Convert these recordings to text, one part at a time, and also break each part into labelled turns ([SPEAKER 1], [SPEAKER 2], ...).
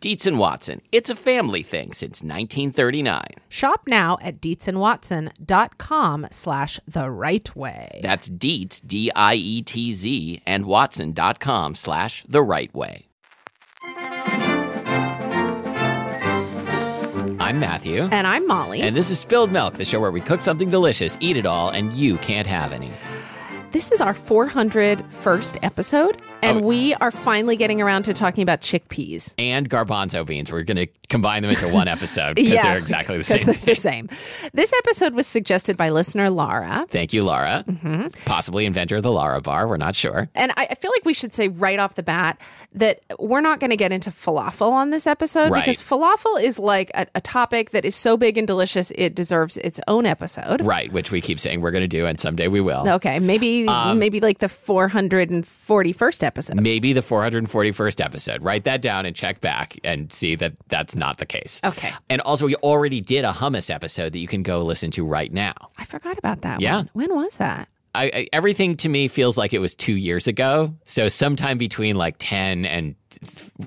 [SPEAKER 1] Dietz and Watson, it's a family thing since 1939.
[SPEAKER 2] Shop now at deetzandwatson.com slash the right way.
[SPEAKER 1] That's Dietz, D I E T Z, and Watson.com slash the right way. I'm Matthew.
[SPEAKER 2] And I'm Molly.
[SPEAKER 1] And this is Spilled Milk, the show where we cook something delicious, eat it all, and you can't have any.
[SPEAKER 2] this is our 401st episode, and
[SPEAKER 1] Oh.
[SPEAKER 2] we are finally getting around to talking about chickpeas.
[SPEAKER 1] And garbanzo beans. We're going to combine them into one episode because they're exactly the
[SPEAKER 2] 'cause
[SPEAKER 1] same.
[SPEAKER 2] they're the same. This episode was suggested by listener Lara.
[SPEAKER 1] Thank you, Laura.
[SPEAKER 2] Mm-hmm.
[SPEAKER 1] Possibly inventor of the Laura bar. We're not sure.
[SPEAKER 2] And I, I feel like we should say right off the bat that we're not going to get into falafel on this episode
[SPEAKER 1] Right.
[SPEAKER 2] because falafel is like a, a topic that is so big and delicious, it deserves its own episode.
[SPEAKER 1] Right, which we keep saying we're going to do, and someday we will.
[SPEAKER 2] Okay, maybe
[SPEAKER 1] Um,
[SPEAKER 2] maybe like the 441st episode.
[SPEAKER 1] Maybe the 441st episode. Write that down and check back and see that that's not the case.
[SPEAKER 2] Okay.
[SPEAKER 1] And also, we already did a hummus episode that you can go listen to right now.
[SPEAKER 2] I forgot about that
[SPEAKER 1] Yeah.
[SPEAKER 2] one. When was that?
[SPEAKER 1] I, I, everything to me feels like it was two years ago. So, sometime between like 10 and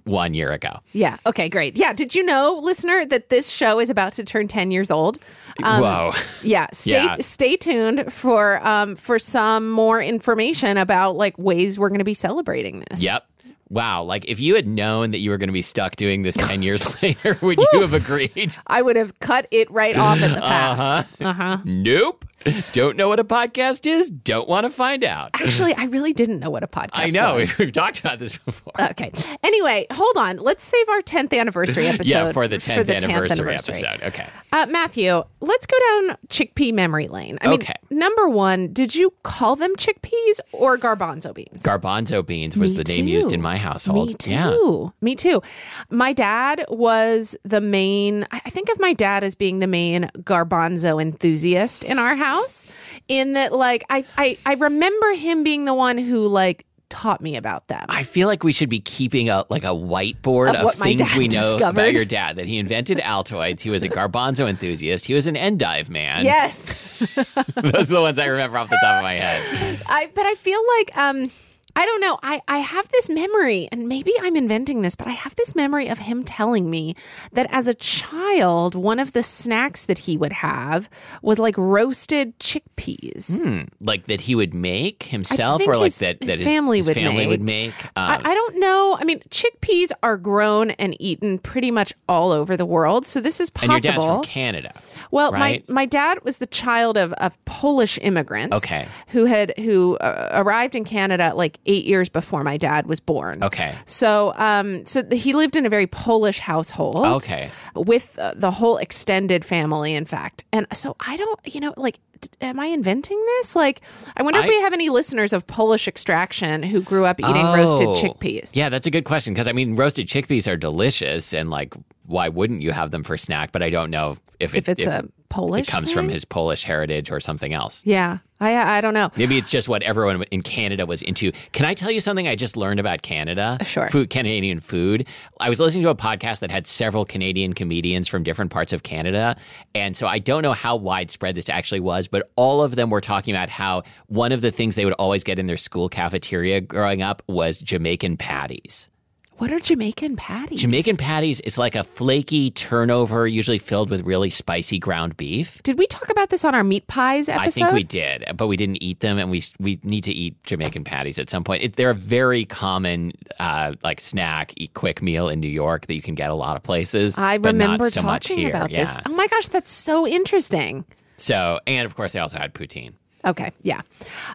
[SPEAKER 1] one year ago.
[SPEAKER 2] Yeah. Okay, great. Yeah, did you know, listener, that this show is about to turn 10 years old? Uh, Um,
[SPEAKER 1] Whoa.
[SPEAKER 2] Yeah, stay
[SPEAKER 1] Yeah.
[SPEAKER 2] stay tuned for um for some more information about like ways we're going to be celebrating this.
[SPEAKER 1] Yep. Wow. Like, if you had known that you were going to be stuck doing this 10 years later, would you have agreed?
[SPEAKER 2] I would have cut it right off at the pass. Uh-huh.
[SPEAKER 1] Nope. Don't know what a podcast is. Don't want to find out.
[SPEAKER 2] Actually, I really didn't know what a podcast
[SPEAKER 1] I know.
[SPEAKER 2] was.
[SPEAKER 1] We've talked about this before.
[SPEAKER 2] Okay. Anyway, hold on. Let's save our 10th anniversary episode.
[SPEAKER 1] yeah, for the 10th
[SPEAKER 2] 10th
[SPEAKER 1] anniversary, episode. Okay.
[SPEAKER 2] Uh, Matthew, let's go down chickpea memory lane. I
[SPEAKER 1] Okay.
[SPEAKER 2] mean, number one, did you call them chickpeas or garbanzo beans?
[SPEAKER 1] Garbanzo beans was
[SPEAKER 2] Me
[SPEAKER 1] the name used
[SPEAKER 2] too.
[SPEAKER 1] in my household.
[SPEAKER 2] Me
[SPEAKER 1] Yeah.
[SPEAKER 2] too. Me too. My dad was the main, I I think of my dad as being the main garbanzo enthusiast in our house, in that, like, I, I, I remember him being the one who, like, taught me about them.
[SPEAKER 1] I feel like we should be keeping a like a whiteboard
[SPEAKER 2] Of
[SPEAKER 1] of,
[SPEAKER 2] what my
[SPEAKER 1] things
[SPEAKER 2] dad
[SPEAKER 1] we know
[SPEAKER 2] discovered.
[SPEAKER 1] about your dad. That he invented Altoids. He was a garbanzo enthusiast. He was an endive man.
[SPEAKER 2] yes.
[SPEAKER 1] Those are the ones I remember off the top of my head.
[SPEAKER 2] I, but I feel like, um, I don't know. I, I have this memory, and maybe I'm inventing this, but I have this memory of him telling me that as a child, one of the snacks that he would have was like roasted chickpeas.
[SPEAKER 1] Hmm. Like that he would make himself,
[SPEAKER 2] think
[SPEAKER 1] or like
[SPEAKER 2] his-
[SPEAKER 1] that
[SPEAKER 2] his
[SPEAKER 1] that his
[SPEAKER 2] family
[SPEAKER 1] his
[SPEAKER 2] would
[SPEAKER 1] family
[SPEAKER 2] make. Uh,
[SPEAKER 1] would make. Um,
[SPEAKER 2] I, I don't know. I mean, chickpeas are grown and eaten pretty much all over the world, so this is
[SPEAKER 1] and your dad's
[SPEAKER 2] possible.
[SPEAKER 1] from Canada.
[SPEAKER 2] well,
[SPEAKER 1] right?
[SPEAKER 2] my my dad was the child of, of Polish immigrants,
[SPEAKER 1] Okay.
[SPEAKER 2] who had who uh, arrived in Canada like eight years before my dad was born.
[SPEAKER 1] Okay.
[SPEAKER 2] So, um, so th- he lived in a very Polish household.
[SPEAKER 1] Okay.
[SPEAKER 2] With uh, the whole extended family, in fact. And so I don't, you know, like, d- am I inventing this? Like, I wonder if
[SPEAKER 1] I-
[SPEAKER 2] we have any listeners of Polish extraction who grew up eating roasted
[SPEAKER 1] Oh.
[SPEAKER 2] chickpeas.
[SPEAKER 1] Yeah, that's a good question because I mean, roasted chickpeas are delicious, and like, why wouldn't you have them for snack? But I don't know if it,
[SPEAKER 2] If it's a Polish,
[SPEAKER 1] it comes
[SPEAKER 2] thing?
[SPEAKER 1] from his Polish heritage or something else.
[SPEAKER 2] Yeah, I I don't know.
[SPEAKER 1] Maybe it's just what everyone in Canada was into. Can I tell you something I just learned about Canada?
[SPEAKER 2] Sure.
[SPEAKER 1] Food, Canadian food. I was listening to a podcast that had several Canadian comedians from different parts of Canada. And so I don't know how widespread this actually was, but all of them were talking about how one of the things they would always get in their school cafeteria growing up was Jamaican patties.
[SPEAKER 2] What are Jamaican patties?
[SPEAKER 1] Jamaican patties is like a flaky turnover, usually filled with really spicy ground beef.
[SPEAKER 2] Did we talk about this on our meat pies episode?
[SPEAKER 1] I think we did, but we didn't eat them, and we we need to eat Jamaican patties at some point. It, they're a very common uh, like snack, eat quick meal in New York that you can get a lot of places.
[SPEAKER 2] I
[SPEAKER 1] but not
[SPEAKER 2] remember
[SPEAKER 1] so much
[SPEAKER 2] talking
[SPEAKER 1] here.
[SPEAKER 2] about
[SPEAKER 1] yeah.
[SPEAKER 2] this. Oh my gosh, that's so interesting.
[SPEAKER 1] So, and of course, they also had poutine.
[SPEAKER 2] Okay, yeah.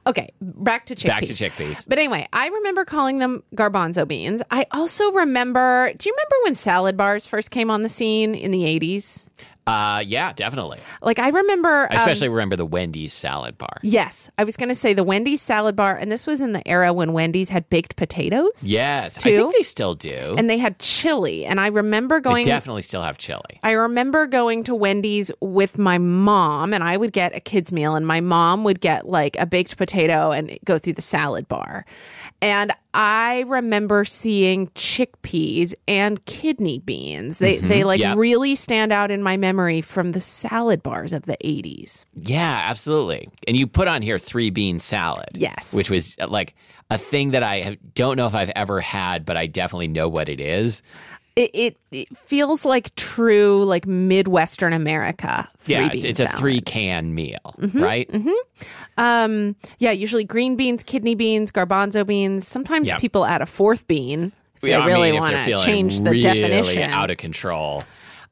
[SPEAKER 2] Okay, back to chickpeas.
[SPEAKER 1] Back to chickpeas.
[SPEAKER 2] But anyway, I remember calling them garbanzo beans. I also remember, do you remember when salad bars first came on the scene in the 80s?
[SPEAKER 1] Uh, yeah, definitely.
[SPEAKER 2] Like I remember um,
[SPEAKER 1] I especially remember the Wendy's salad bar.
[SPEAKER 2] Yes, I was going to say the Wendy's salad bar and this was in the era when Wendy's had baked potatoes
[SPEAKER 1] Yes, I
[SPEAKER 2] Two.
[SPEAKER 1] think they still do.
[SPEAKER 2] and they had chili and I remember
[SPEAKER 1] they
[SPEAKER 2] going
[SPEAKER 1] definitely still have chili.
[SPEAKER 2] I remember going to Wendy's with my mom, and I would get a kid's meal, and my mom would get like a baked potato and go through the salad bar. And I remember seeing chickpeas and kidney beans. They they like
[SPEAKER 1] Mm-hmm. yeah.
[SPEAKER 2] really stand out in my memory from the salad bars of the 80s.
[SPEAKER 1] Yeah, absolutely. And you put on here three bean salad.
[SPEAKER 2] Yes.
[SPEAKER 1] Which was uh, like a thing that I have- don't know if I've ever had, but I definitely know what it is.
[SPEAKER 2] It it, it feels like true like Midwestern America. Three
[SPEAKER 1] yeah, it's,
[SPEAKER 2] bean
[SPEAKER 1] it's a
[SPEAKER 2] salad. Mm-hmm,
[SPEAKER 1] three can meal, right?
[SPEAKER 2] Um, yeah, usually green beans, kidney beans, garbanzo beans. Sometimes
[SPEAKER 1] Yeah.
[SPEAKER 2] people add a fourth bean if
[SPEAKER 1] Yeah,
[SPEAKER 2] they really
[SPEAKER 1] I mean,
[SPEAKER 2] want
[SPEAKER 1] if they're
[SPEAKER 2] to
[SPEAKER 1] feeling
[SPEAKER 2] change the
[SPEAKER 1] really
[SPEAKER 2] definition.
[SPEAKER 1] Out of control.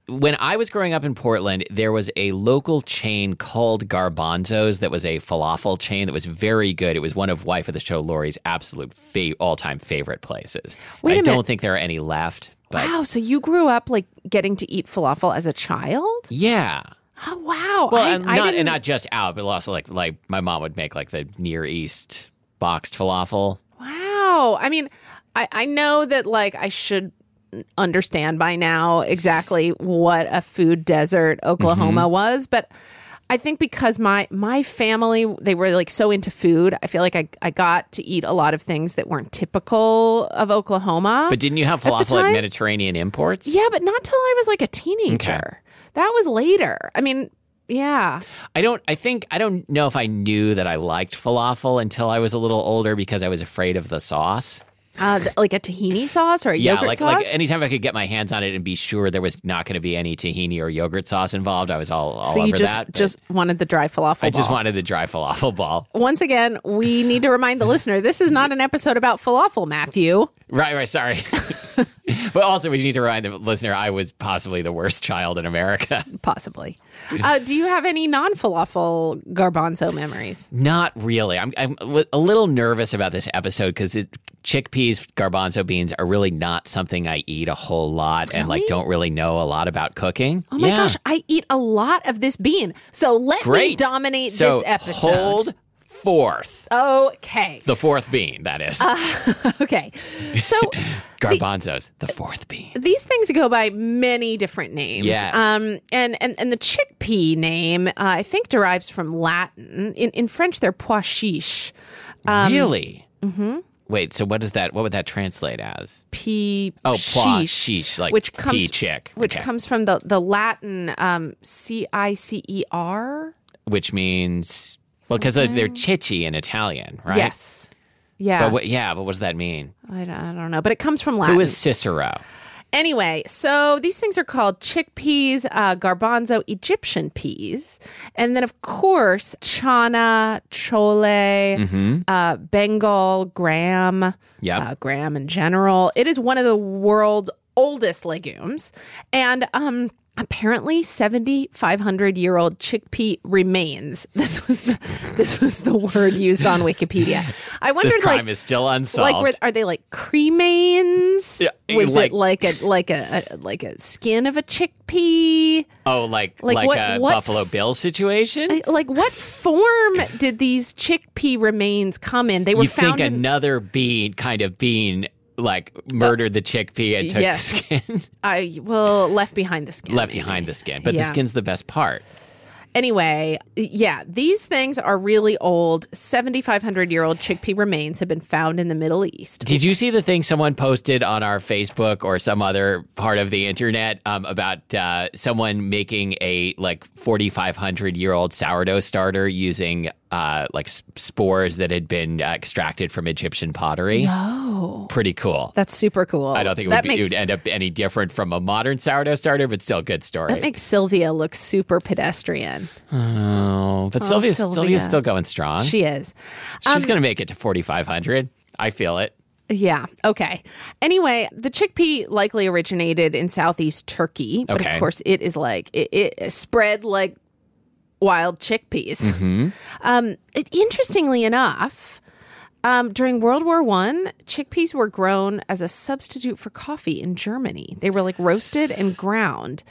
[SPEAKER 1] When I was growing up in Portland, there was a local chain called Garbanzos that was a falafel chain that was very good. It was one of wife of the show Lori's absolute fa- all-time favorite places.
[SPEAKER 2] Wait
[SPEAKER 1] I
[SPEAKER 2] a
[SPEAKER 1] don't
[SPEAKER 2] minute.
[SPEAKER 1] think there are any left, but
[SPEAKER 2] wow, so you grew up like getting to eat falafel as a child?
[SPEAKER 1] yeah.
[SPEAKER 2] Oh wow!
[SPEAKER 1] Well,
[SPEAKER 2] I,
[SPEAKER 1] and
[SPEAKER 2] I
[SPEAKER 1] not
[SPEAKER 2] didn't-
[SPEAKER 1] and not just out, but also like like my mom would make like the Near East boxed falafel.
[SPEAKER 2] wow. I mean, I, I know that like I should understand by now exactly what a food desert Oklahoma
[SPEAKER 1] Mm-hmm.
[SPEAKER 2] was, but. I think because my my family they were like so into food, I feel like I, I got to eat a lot of things that weren't typical of Oklahoma.
[SPEAKER 1] But didn't you have falafel at,
[SPEAKER 2] time-
[SPEAKER 1] Mediterranean Imports?
[SPEAKER 2] Yeah, but not till I was like a teenager. That was later. I mean, yeah.
[SPEAKER 1] I don't. I think I don't know if I knew that I liked falafel until I was a little older because I was afraid of the sauce.
[SPEAKER 2] Uh, th- like a tahini sauce or a
[SPEAKER 1] Yeah,
[SPEAKER 2] yogurt
[SPEAKER 1] like
[SPEAKER 2] sauce.
[SPEAKER 1] like anytime I could get my hands on it and be sure there was not going to be any tahini or yogurt sauce involved, I was all, all
[SPEAKER 2] so
[SPEAKER 1] over
[SPEAKER 2] you just
[SPEAKER 1] that. but
[SPEAKER 2] just wanted the dry falafel.
[SPEAKER 1] I just
[SPEAKER 2] ball.
[SPEAKER 1] wanted the dry falafel ball.
[SPEAKER 2] Once again, we need to remind the listener this is not an episode about falafel, Matthew.
[SPEAKER 1] Right, right. Sorry. but also, we need to remind the listener I was possibly the worst child in America.
[SPEAKER 2] Possibly. Uh, do you have any non falafel garbanzo memories?
[SPEAKER 1] Not really. I'm, I'm a little nervous about this episode because chickpeas, garbanzo beans are really not something I eat a whole lot and like don't really know a lot about cooking.
[SPEAKER 2] Oh my gosh, I eat a lot of this bean. So let me
[SPEAKER 1] Great.
[SPEAKER 2] dominate
[SPEAKER 1] so
[SPEAKER 2] this episode.
[SPEAKER 1] Hold fourth,
[SPEAKER 2] Okay.
[SPEAKER 1] the fourth bean, that is.
[SPEAKER 2] Uh, Okay. So
[SPEAKER 1] Garbanzos, the fourth bean.
[SPEAKER 2] these things go by many different names.
[SPEAKER 1] Yes.
[SPEAKER 2] Um, and, and, and the chickpea name, uh, I think, derives from Latin. In, in French, they're pois chiche. Uh, um,
[SPEAKER 1] really? Mm-hmm. Wait, so what does that, what would that translate as?
[SPEAKER 2] Pea
[SPEAKER 1] Oh, pois,
[SPEAKER 2] chiche,
[SPEAKER 1] sheesh, like
[SPEAKER 2] which comes-
[SPEAKER 1] pea chick.
[SPEAKER 2] which
[SPEAKER 1] Okay.
[SPEAKER 2] comes from the, the Latin um, C I C E R.
[SPEAKER 1] which means, well, because they're chichi in Italian, right?
[SPEAKER 2] Yes. Yeah.
[SPEAKER 1] But what, yeah, but what does that mean?
[SPEAKER 2] I, don't- I don't know. But it comes from Latin.
[SPEAKER 1] Who is Cicero?
[SPEAKER 2] Anyway, so these things are called chickpeas, uh, garbanzo, Egyptian peas, and then of course chana, chole,
[SPEAKER 1] Mm-hmm.
[SPEAKER 2] uh, Bengal gram,
[SPEAKER 1] Yep.
[SPEAKER 2] uh, gram in general. It is one of the world's oldest legumes, and um, apparently seventy five hundred year old chickpea remains. This was the this was the word used on Wikipedia. I wondered,
[SPEAKER 1] This crime
[SPEAKER 2] like,
[SPEAKER 1] is still unsolved.
[SPEAKER 2] like were, are they like cremains?
[SPEAKER 1] Yeah,
[SPEAKER 2] Was
[SPEAKER 1] like-
[SPEAKER 2] it like a like a, a like a skin of a chickpea?
[SPEAKER 1] oh, like
[SPEAKER 2] like
[SPEAKER 1] like,
[SPEAKER 2] what-
[SPEAKER 1] a
[SPEAKER 2] what
[SPEAKER 1] Buffalo
[SPEAKER 2] f-
[SPEAKER 1] Bill situation.
[SPEAKER 2] Like what form did these chickpea remains come in? They were
[SPEAKER 1] you
[SPEAKER 2] found
[SPEAKER 1] think
[SPEAKER 2] in
[SPEAKER 1] another bean kind of bean like murdered the chickpea and took
[SPEAKER 2] Uh, yes.
[SPEAKER 1] the skin,
[SPEAKER 2] I well left behind the skin.
[SPEAKER 1] left behind the skin. But
[SPEAKER 2] Yeah.
[SPEAKER 1] the skin's the best part.
[SPEAKER 2] Anyway, yeah, these things are really old. 7500 year old chickpea remains have been found in the Middle East.
[SPEAKER 1] Did you see the thing someone posted on our Facebook or some other part of the internet um, about uh, someone making a like 4,500 year old sourdough starter using uh, like s- spores that had been uh, extracted from Egyptian pottery? No.
[SPEAKER 2] Oh,
[SPEAKER 1] Pretty cool.
[SPEAKER 2] that's super cool.
[SPEAKER 1] I don't think it would,
[SPEAKER 2] that
[SPEAKER 1] be, it
[SPEAKER 2] makes
[SPEAKER 1] would end up any different from a modern sourdough starter, but still a good story.
[SPEAKER 2] that makes Sylvia look super pedestrian.
[SPEAKER 1] oh, but Sylvia's,
[SPEAKER 2] Sylvia.
[SPEAKER 1] Sylvia's still going strong.
[SPEAKER 2] She um, is.
[SPEAKER 1] She's going to make it to 4,500. I feel it.
[SPEAKER 2] Yeah. Okay. Anyway, the chickpea likely originated in southeast Turkey, but
[SPEAKER 1] Okay.
[SPEAKER 2] of course it is like it, it spread like wild chickpeas.
[SPEAKER 1] Mm-hmm.
[SPEAKER 2] Um, it, interestingly enough, um, during World War One, chickpeas were grown as a substitute for coffee in Germany. They were like roasted and ground,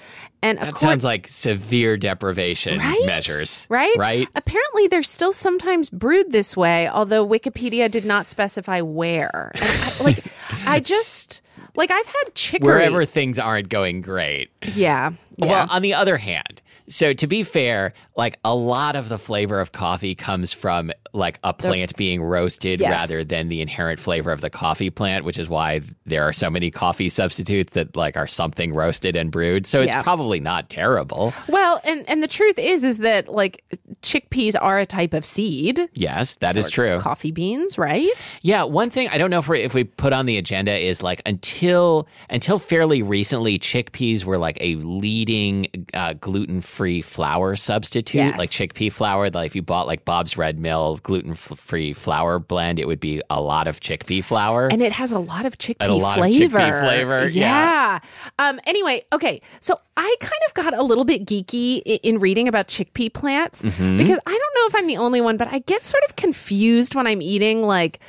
[SPEAKER 2] and
[SPEAKER 1] That sounds like severe deprivation measures.
[SPEAKER 2] Right?
[SPEAKER 1] Right?
[SPEAKER 2] Apparently, they're still sometimes brewed this way, although Wikipedia did not specify where. And I, like, I just, like, I've had chicory.
[SPEAKER 1] Wherever things aren't going great.
[SPEAKER 2] Yeah. yeah.
[SPEAKER 1] Well, on the other hand, so to be fair, like a lot of the flavor of coffee comes from like a plant being roasted
[SPEAKER 2] Yes.
[SPEAKER 1] rather than the inherent flavor of the coffee plant, which is why there are so many coffee substitutes that like are something roasted and brewed. So it's
[SPEAKER 2] Yeah.
[SPEAKER 1] probably not terrible.
[SPEAKER 2] well, and, and the truth is, is that, like, chickpeas are a type of seed.
[SPEAKER 1] Yes, that is
[SPEAKER 2] Or
[SPEAKER 1] true.
[SPEAKER 2] Coffee beans, right?
[SPEAKER 1] Yeah, one thing I don't know if we if we put on the agenda is like until until fairly recently, chickpeas were like a leading uh, gluten free flour substitute,
[SPEAKER 2] Yes.
[SPEAKER 1] like chickpea flour. Like if you bought like Bob's Red Mill gluten free flour blend, it would be a lot of chickpea flour.
[SPEAKER 2] And it has a lot of chickpea
[SPEAKER 1] a lot of
[SPEAKER 2] flavor.
[SPEAKER 1] chickpea flavor,
[SPEAKER 2] Yeah. Um, anyway, okay. So I kind of got a little bit geeky i- in reading about chickpea plants
[SPEAKER 1] Mm-hmm.
[SPEAKER 2] because I don't know if I'm the only one, but I get sort of confused when I'm eating like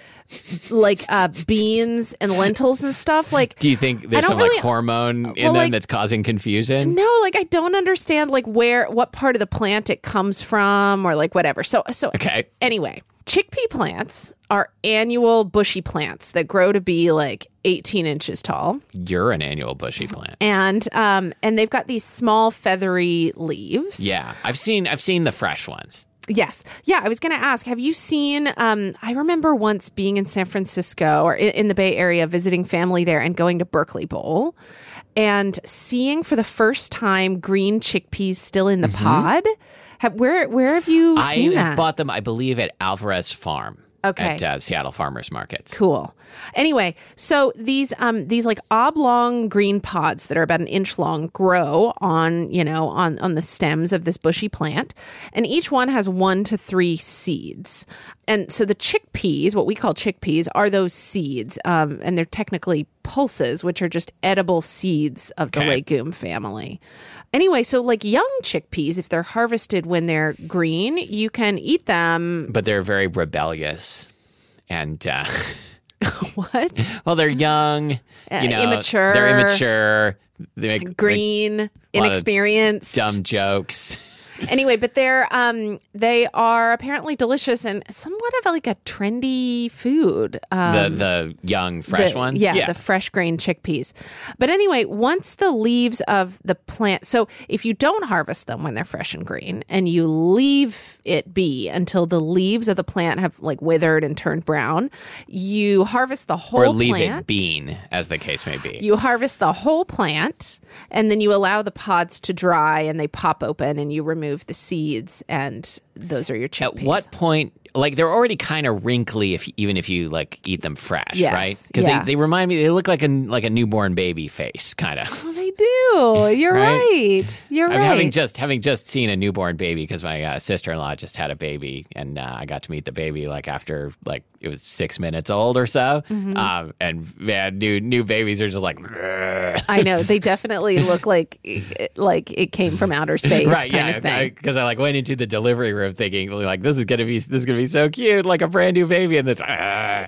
[SPEAKER 2] like uh, beans and lentils and stuff. Like
[SPEAKER 1] Do you think there's
[SPEAKER 2] don't
[SPEAKER 1] some like
[SPEAKER 2] really-
[SPEAKER 1] hormone in
[SPEAKER 2] well,
[SPEAKER 1] them
[SPEAKER 2] like-
[SPEAKER 1] that's causing confusion?
[SPEAKER 2] no, like I don't understand like where what part of the plant it comes from or like whatever. So so
[SPEAKER 1] Okay.
[SPEAKER 2] Anyway, chickpea plants are annual bushy plants that grow to be like 18 inches tall.
[SPEAKER 1] You're an annual bushy plant.
[SPEAKER 2] And um and they've got these small feathery leaves.
[SPEAKER 1] Yeah, I've seen I've seen the fresh ones.
[SPEAKER 2] Yes. Yeah, I was going to ask, have you seen um I remember once being in San Francisco or in, in the Bay Area visiting family there and going to Berkeley Bowl and seeing for the first time green chickpeas still in the pod. Have, where where have you seen
[SPEAKER 1] Mm-hmm. I
[SPEAKER 2] that?
[SPEAKER 1] bought them, I believe, at Alvarez Farm.
[SPEAKER 2] Okay.
[SPEAKER 1] At uh, Seattle Farmers Markets.
[SPEAKER 2] Cool. Anyway, so these um these like oblong green pods that are about an inch long grow on, you know, on on the stems of this bushy plant, and each one has 1 to 3 seeds. And so the chickpeas, what we call chickpeas, are those seeds. Um and they're technically pulses, which are just edible seeds of the
[SPEAKER 1] Okay.
[SPEAKER 2] legume family. Anyway, so like young chickpeas, if they're harvested when they're green, you can eat them.
[SPEAKER 1] but they're very rebellious and uh,
[SPEAKER 2] What?
[SPEAKER 1] well they're young you know
[SPEAKER 2] immature.
[SPEAKER 1] they're immature they make like,
[SPEAKER 2] green, inexperienced.
[SPEAKER 1] dumb jokes
[SPEAKER 2] Anyway, but they're um they are apparently delicious and somewhat of like a trendy food. Um,
[SPEAKER 1] the the young fresh
[SPEAKER 2] the-
[SPEAKER 1] ones
[SPEAKER 2] Yeah, the fresh grain chickpeas. But anyway, once the leaves of the plant, so if you don't harvest them when they're fresh and green and you leave it be until the leaves of the plant have like withered and turned brown, you harvest the whole
[SPEAKER 1] or leave
[SPEAKER 2] plant.
[SPEAKER 1] it bean as the case may be
[SPEAKER 2] You harvest the whole plant and then you allow the pods to dry and they pop open and you remove the seeds and those are your chickpeas.
[SPEAKER 1] at what point like they're already kind of wrinkly if even if you like eat them fresh
[SPEAKER 2] Yes,
[SPEAKER 1] right because
[SPEAKER 2] yeah.
[SPEAKER 1] they, they remind me they look like a like a newborn baby face kind of
[SPEAKER 2] Well, Oh, they do. You're
[SPEAKER 1] Right?
[SPEAKER 2] right. You're
[SPEAKER 1] I'm
[SPEAKER 2] right.
[SPEAKER 1] having just having just seen a newborn baby because my uh, sister in law just had a baby, and uh, I got to meet the baby like after like it was six minutes old or so.
[SPEAKER 2] Mm-hmm.
[SPEAKER 1] Um, and man, new new babies are just like "Grr."
[SPEAKER 2] I know they definitely look like like it came from outer space
[SPEAKER 1] right,
[SPEAKER 2] kind
[SPEAKER 1] yeah,
[SPEAKER 2] of thing.
[SPEAKER 1] because I, like went into the delivery room thinking like this is gonna be this is gonna be so cute, like a brand new baby, and that's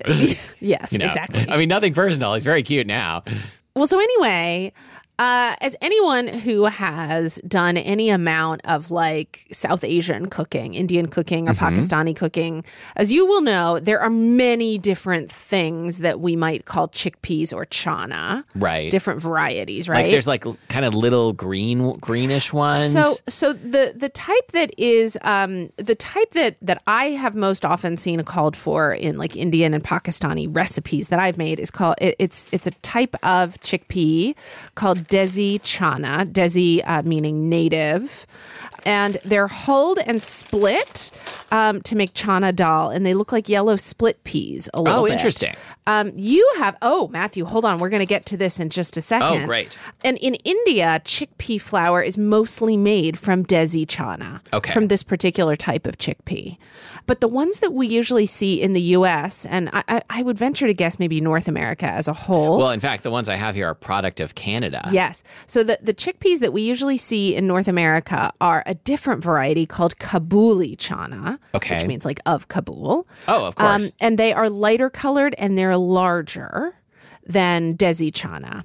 [SPEAKER 2] yes, exactly.
[SPEAKER 1] I mean, nothing personal. He's very cute now.
[SPEAKER 2] Well, so anyway, uh, as anyone who has done any amount of like South Asian cooking, Indian cooking,
[SPEAKER 1] Mm-hmm.
[SPEAKER 2] or Pakistani cooking, as you will know, there are many different things that we might call chickpeas or chana,
[SPEAKER 1] Right.
[SPEAKER 2] different varieties,
[SPEAKER 1] Like
[SPEAKER 2] right?
[SPEAKER 1] there's like kind of little green greenish ones.
[SPEAKER 2] so, so the the type that is um, the type that that I have most often seen called for in like Indian and Pakistani recipes that I've made is called it, it's it's a type of chickpea called Desi Chana, Desi uh, meaning native. And they're hulled and split um, to make chana dal, and they look like yellow split peas a little
[SPEAKER 1] Oh,
[SPEAKER 2] bit.
[SPEAKER 1] interesting.
[SPEAKER 2] Um, you have, oh, Matthew, hold on. We're going to get to this in just a second.
[SPEAKER 1] Oh, great.
[SPEAKER 2] And in India, chickpea flour is mostly made from desi chana,
[SPEAKER 1] Okay.
[SPEAKER 2] from this particular type of chickpea. But the ones that we usually see in the US, and I, I, I would venture to guess maybe North America as a whole.
[SPEAKER 1] Well, in fact, the ones I have here are a product of Canada.
[SPEAKER 2] Yes. So the, the chickpeas that we usually see in North America are a different variety called Kabuli chana,
[SPEAKER 1] Okay.
[SPEAKER 2] which means like of Kabul. Um,
[SPEAKER 1] Oh, of course.
[SPEAKER 2] and they are lighter colored and they're larger than desi chana.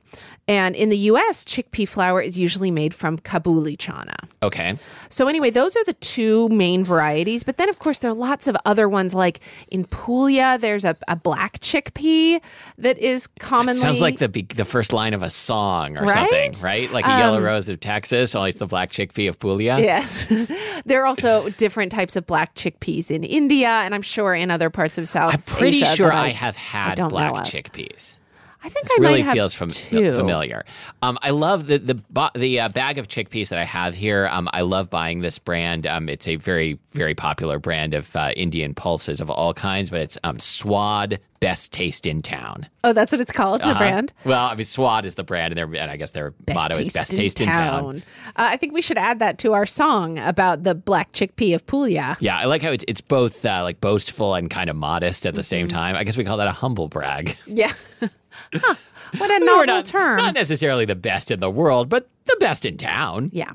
[SPEAKER 2] And in the US, chickpea flour is usually made from Kabuli chana.
[SPEAKER 1] Okay.
[SPEAKER 2] So anyway, those are the two main varieties. But then, of course, there are lots of other ones. Like in Puglia, there's a, a black chickpea that is commonly
[SPEAKER 1] Sounds like the be- the first line of a song or something,
[SPEAKER 2] Right? Um,
[SPEAKER 1] right? Like a yellow rose of Texas, only it's the black chickpea of Puglia.
[SPEAKER 2] Yes. there are also different types of black chickpeas in India and I'm sure in other parts of South
[SPEAKER 1] I'm pretty
[SPEAKER 2] Asia
[SPEAKER 1] sure
[SPEAKER 2] that
[SPEAKER 1] I, have had
[SPEAKER 2] don't
[SPEAKER 1] black
[SPEAKER 2] know of.
[SPEAKER 1] chickpeas.
[SPEAKER 2] I think
[SPEAKER 1] It
[SPEAKER 2] I
[SPEAKER 1] really
[SPEAKER 2] might have
[SPEAKER 1] feels fam-
[SPEAKER 2] two.
[SPEAKER 1] familiar. Um, I love the the bo- the uh, bag of chickpeas that I have here. Um, I love buying this brand. Um, it's a very very popular brand of uh, Indian pulses of all kinds, but it's um, Swad Best Taste in Town. Uh,
[SPEAKER 2] Oh, that's what it's called, the brand.
[SPEAKER 1] Well, I mean, Swad is the brand, and, their, and I guess their Uh-huh. motto is Best Taste in Town.
[SPEAKER 2] Uh, I think we should add that to our song about the black chickpea of Puglia.
[SPEAKER 1] Yeah, I like how it's it's both uh, like boastful and kind of modest at the same time. I guess we call that a humble brag.
[SPEAKER 2] Yeah. huh. What a
[SPEAKER 1] We're
[SPEAKER 2] novel
[SPEAKER 1] not,
[SPEAKER 2] term.
[SPEAKER 1] Not necessarily the best in the world, but the best in town.
[SPEAKER 2] yeah.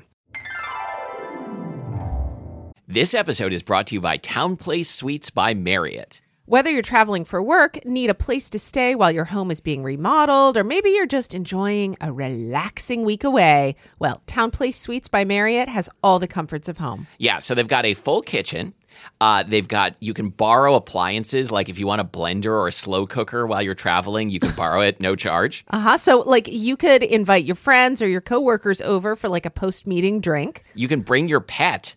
[SPEAKER 1] This episode is brought to you by Town Place Suites by Marriott.
[SPEAKER 2] Whether you're traveling for work, need a place to stay while your home is being remodeled, or maybe you're just enjoying a relaxing week away, well, Town Place Suites by Marriott has all the comforts of home.
[SPEAKER 1] Yeah, so they've got a full kitchen. Uh, they've got you can borrow appliances like if you want a blender or a slow cooker while you're traveling, you can borrow it no charge.
[SPEAKER 2] Uh huh. So, like, you could invite your friends or your coworkers over for like a post meeting drink.
[SPEAKER 1] You can bring your pet.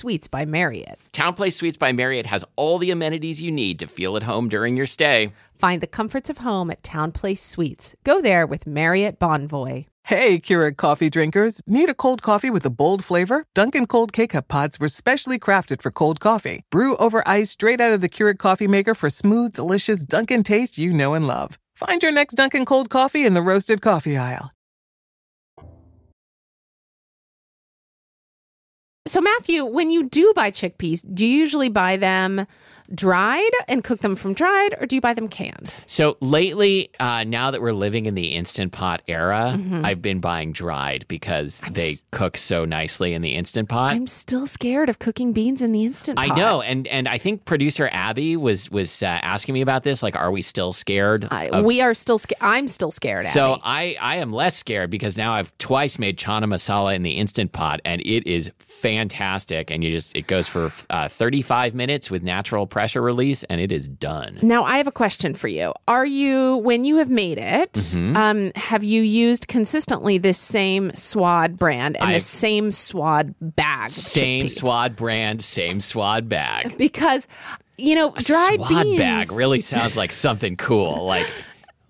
[SPEAKER 2] Suites by Marriott.
[SPEAKER 1] Town Place Suites by Marriott has all the amenities you need to feel at home during your stay.
[SPEAKER 2] Find the comforts of home at Town Place Suites. Go there with Marriott Bonvoy.
[SPEAKER 3] Hey, Keurig coffee drinkers. Need a cold coffee with a bold flavor? Dunkin' Cold K-Cup pods were specially crafted for cold coffee. Brew over ice straight out of the Keurig coffee maker for smooth, delicious Dunkin' taste you know and love. Find your next Dunkin' Cold coffee in the roasted coffee aisle.
[SPEAKER 2] So, Matthew, when you do buy chickpeas, do you usually buy them dried and cook them from dried, or do you buy them canned?
[SPEAKER 1] So lately, uh, now that we're living in the instant pot era,
[SPEAKER 2] Mm-hmm.
[SPEAKER 1] I've been buying dried because they cook so nicely in the instant pot.
[SPEAKER 2] I'm still scared of cooking beans in the instant pot.
[SPEAKER 1] I know, and and I think producer Abby was was uh, asking me about this. Like, are we still scared?
[SPEAKER 2] I,
[SPEAKER 1] of-
[SPEAKER 2] we are still scared. I'm still scared.
[SPEAKER 1] so
[SPEAKER 2] Abby.
[SPEAKER 1] I I am less scared because now I've twice made chana masala in the instant pot, and it is fantastic. And you just it goes for uh, thirty five minutes with natural pressure release, and it is done.
[SPEAKER 2] now I have a question for you. Are you, when you have made it,
[SPEAKER 1] Mm-hmm.
[SPEAKER 2] um, have you used consistently this same Swad brand and the
[SPEAKER 1] I've-
[SPEAKER 2] same Swad bag? of
[SPEAKER 1] Same
[SPEAKER 2] chickpeas?
[SPEAKER 1] swad brand, same swad bag.
[SPEAKER 2] because you know dried
[SPEAKER 1] swad
[SPEAKER 2] beans.
[SPEAKER 1] bag really sounds like something cool. Like,